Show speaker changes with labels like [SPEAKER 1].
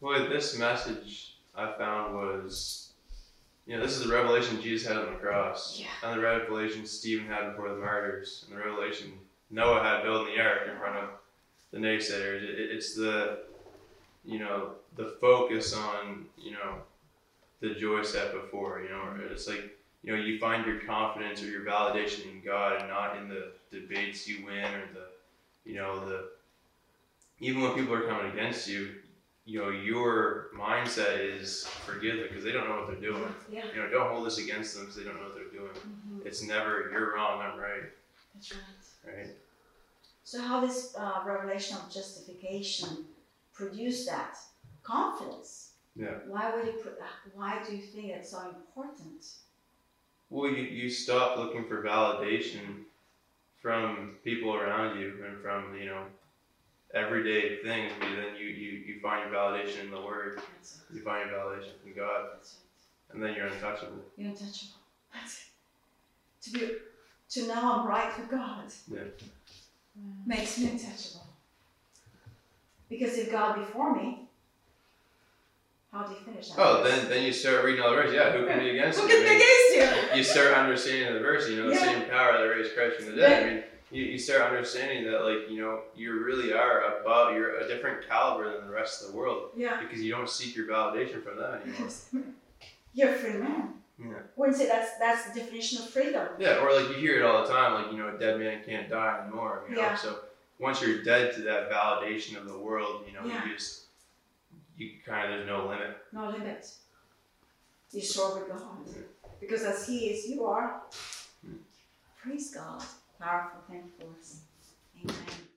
[SPEAKER 1] Boy, this message I found was, you know, this is the revelation Jesus had on the cross,
[SPEAKER 2] Yeah.
[SPEAKER 1] and the revelation Stephen had before the martyrs, and the revelation Noah had building the ark in front of the naysayers. It, it- it's the, you know, the focus on, you know, the joy set before. You know, it's like you know, you find your confidence or your validation in God and not in the debates you win or the, you know, the, even when people are coming against you, you know, your mindset is forgive them because they don't know what they're doing.
[SPEAKER 2] Yeah.
[SPEAKER 1] You know, don't hold this against them because they don't know what they're doing. It's never, you're wrong, I'm right,
[SPEAKER 2] That's right.
[SPEAKER 1] right?
[SPEAKER 3] So how this uh, revelation of justification produced that confidence?
[SPEAKER 1] Yeah.
[SPEAKER 3] Why would it? Put, why do you think it's so important?
[SPEAKER 1] Well, you, you stop looking for validation from people around you and from, you know, everyday things, but then you, you, you find your validation in the Word,
[SPEAKER 3] That's it.
[SPEAKER 1] you find your validation from God.
[SPEAKER 3] That's it.
[SPEAKER 1] and then you're untouchable.
[SPEAKER 3] You're untouchable. That's it. To be, to know I'm right with God
[SPEAKER 1] Yeah.
[SPEAKER 3] makes me untouchable. Because if God be for me, how do you finish that?
[SPEAKER 1] Oh,
[SPEAKER 3] verse?
[SPEAKER 1] then then you start reading all the verse. Yeah, who can be against
[SPEAKER 3] Who
[SPEAKER 1] you?
[SPEAKER 3] can be against you?
[SPEAKER 1] you start understanding the verse. You know, the
[SPEAKER 3] Yeah.
[SPEAKER 1] same power that raised Christ from the dead. I mean, you, you start understanding that like you know you really are above. You're a different caliber than the rest of the world
[SPEAKER 3] Yeah.
[SPEAKER 1] because you don't seek your validation from them anymore.
[SPEAKER 3] You're a free man.
[SPEAKER 1] Yeah.
[SPEAKER 3] Wouldn't say that's that's the definition of freedom.
[SPEAKER 1] Yeah, or like you hear it all the time, like you know, a dead man can't die anymore. You know,
[SPEAKER 3] Yeah.
[SPEAKER 1] so once you're dead to that validation of the world, you know,
[SPEAKER 3] Yeah.
[SPEAKER 1] you just you kind of there's no limit.
[SPEAKER 3] No limit. You soar with God. Because as He is, you are. Praise God. Powerful thing for us. Amen.